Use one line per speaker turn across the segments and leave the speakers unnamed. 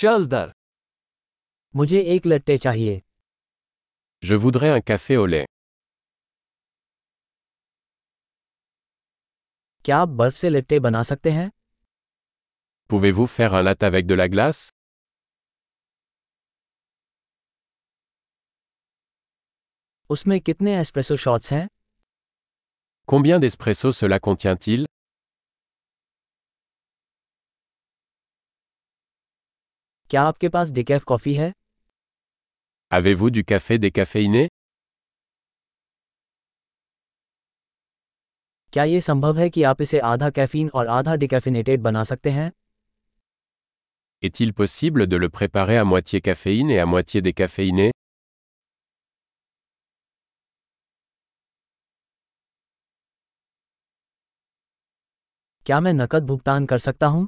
चल दर
मुझे एक लट्टे चाहिए
Je voudrais un café au lait.
क्या आप बर्फ से लट्टे बना सकते हैं
Pouvez-vous faire un latte avec de la glace
उसमें कितने एस्प्रेसो शॉट्स हैं
Combien d'espresso cela contient-il
क्या आपके पास डिकैफ कॉफ़ी है
Avez-vous du café décaféiné
क्या ये संभव है कि आप इसे आधा कैफीन और आधा डिकैफिनेटेड बना सकते हैं
Est-il possible de le préparer à moitié caféine et à moitié décaféiné
क्या मैं नकद भुगतान कर सकता हूँ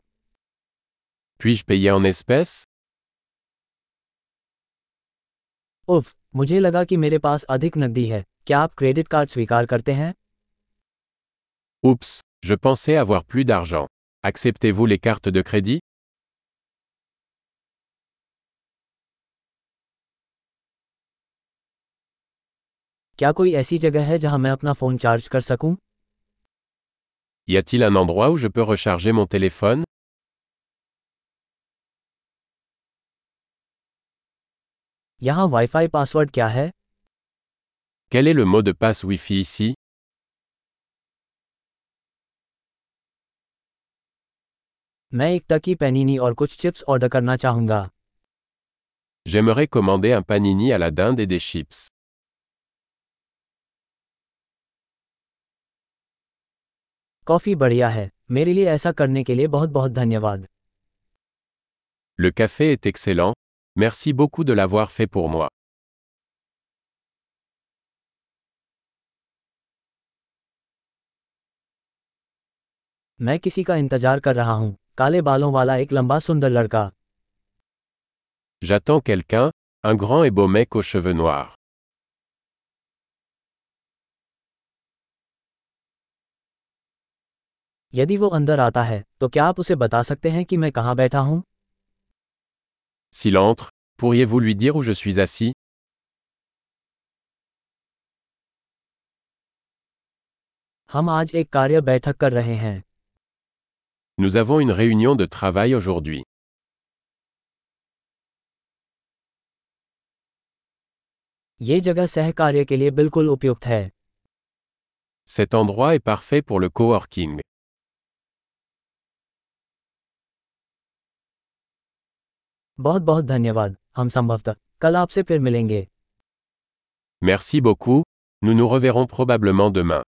Puis-je payer en espèces
उफ मुझे लगा कि मेरे पास अधिक नकदी है क्या आप क्रेडिट कार्ड स्वीकार करते हैं
Oups, je pensais avoir plus d'argent. Acceptez-vous les cartes de crédit
क्या कोई ऐसी जगह है जहाँ मैं अपना फ़ोन चार्ज कर सकूँ
Y a-t-il un endroit où je peux recharger mon téléphone
यहाँ वाईफाई पासवर्ड क्या है
Quel est le mot de passe Wi-Fi ici
मैं एक टकी पैनिनी और कुछ चिप्स ऑर्डर करना चाहूँगा
J'aimerais commander un panini à la dinde et des chips.
Coffee बढ़िया है मेरे लिए ऐसा करने के लिए बहुत बहुत धन्यवाद
Le café est excellent. Merci beaucoup de l'avoir fait pour moi.
मैं किसी का इंतजार कर रहा हूँ काले बालों वाला एक लंबा सुंदर लड़का
J'attends quelqu'un, un grand et beau mec aux cheveux noirs.
यदि वो अंदर आता है तो क्या आप उसे बता सकते हैं कि मैं कहाँ बैठा हूँ
S'il entre, pourriez-vous lui dire où je suis assis
हम आज एक कार्य बैठक कर रहे हैं
Nous avons une réunion de travail aujourd'hui.
ये जगह सहकार्य के लिए बिल्कुल उपयुक्त है
Cet endroit est parfait pour le coworking.
बहुत बहुत धन्यवाद हम संभवतः कल आपसे फिर मिलेंगे
Merci beaucoup, nous nous reverrons probablement demain.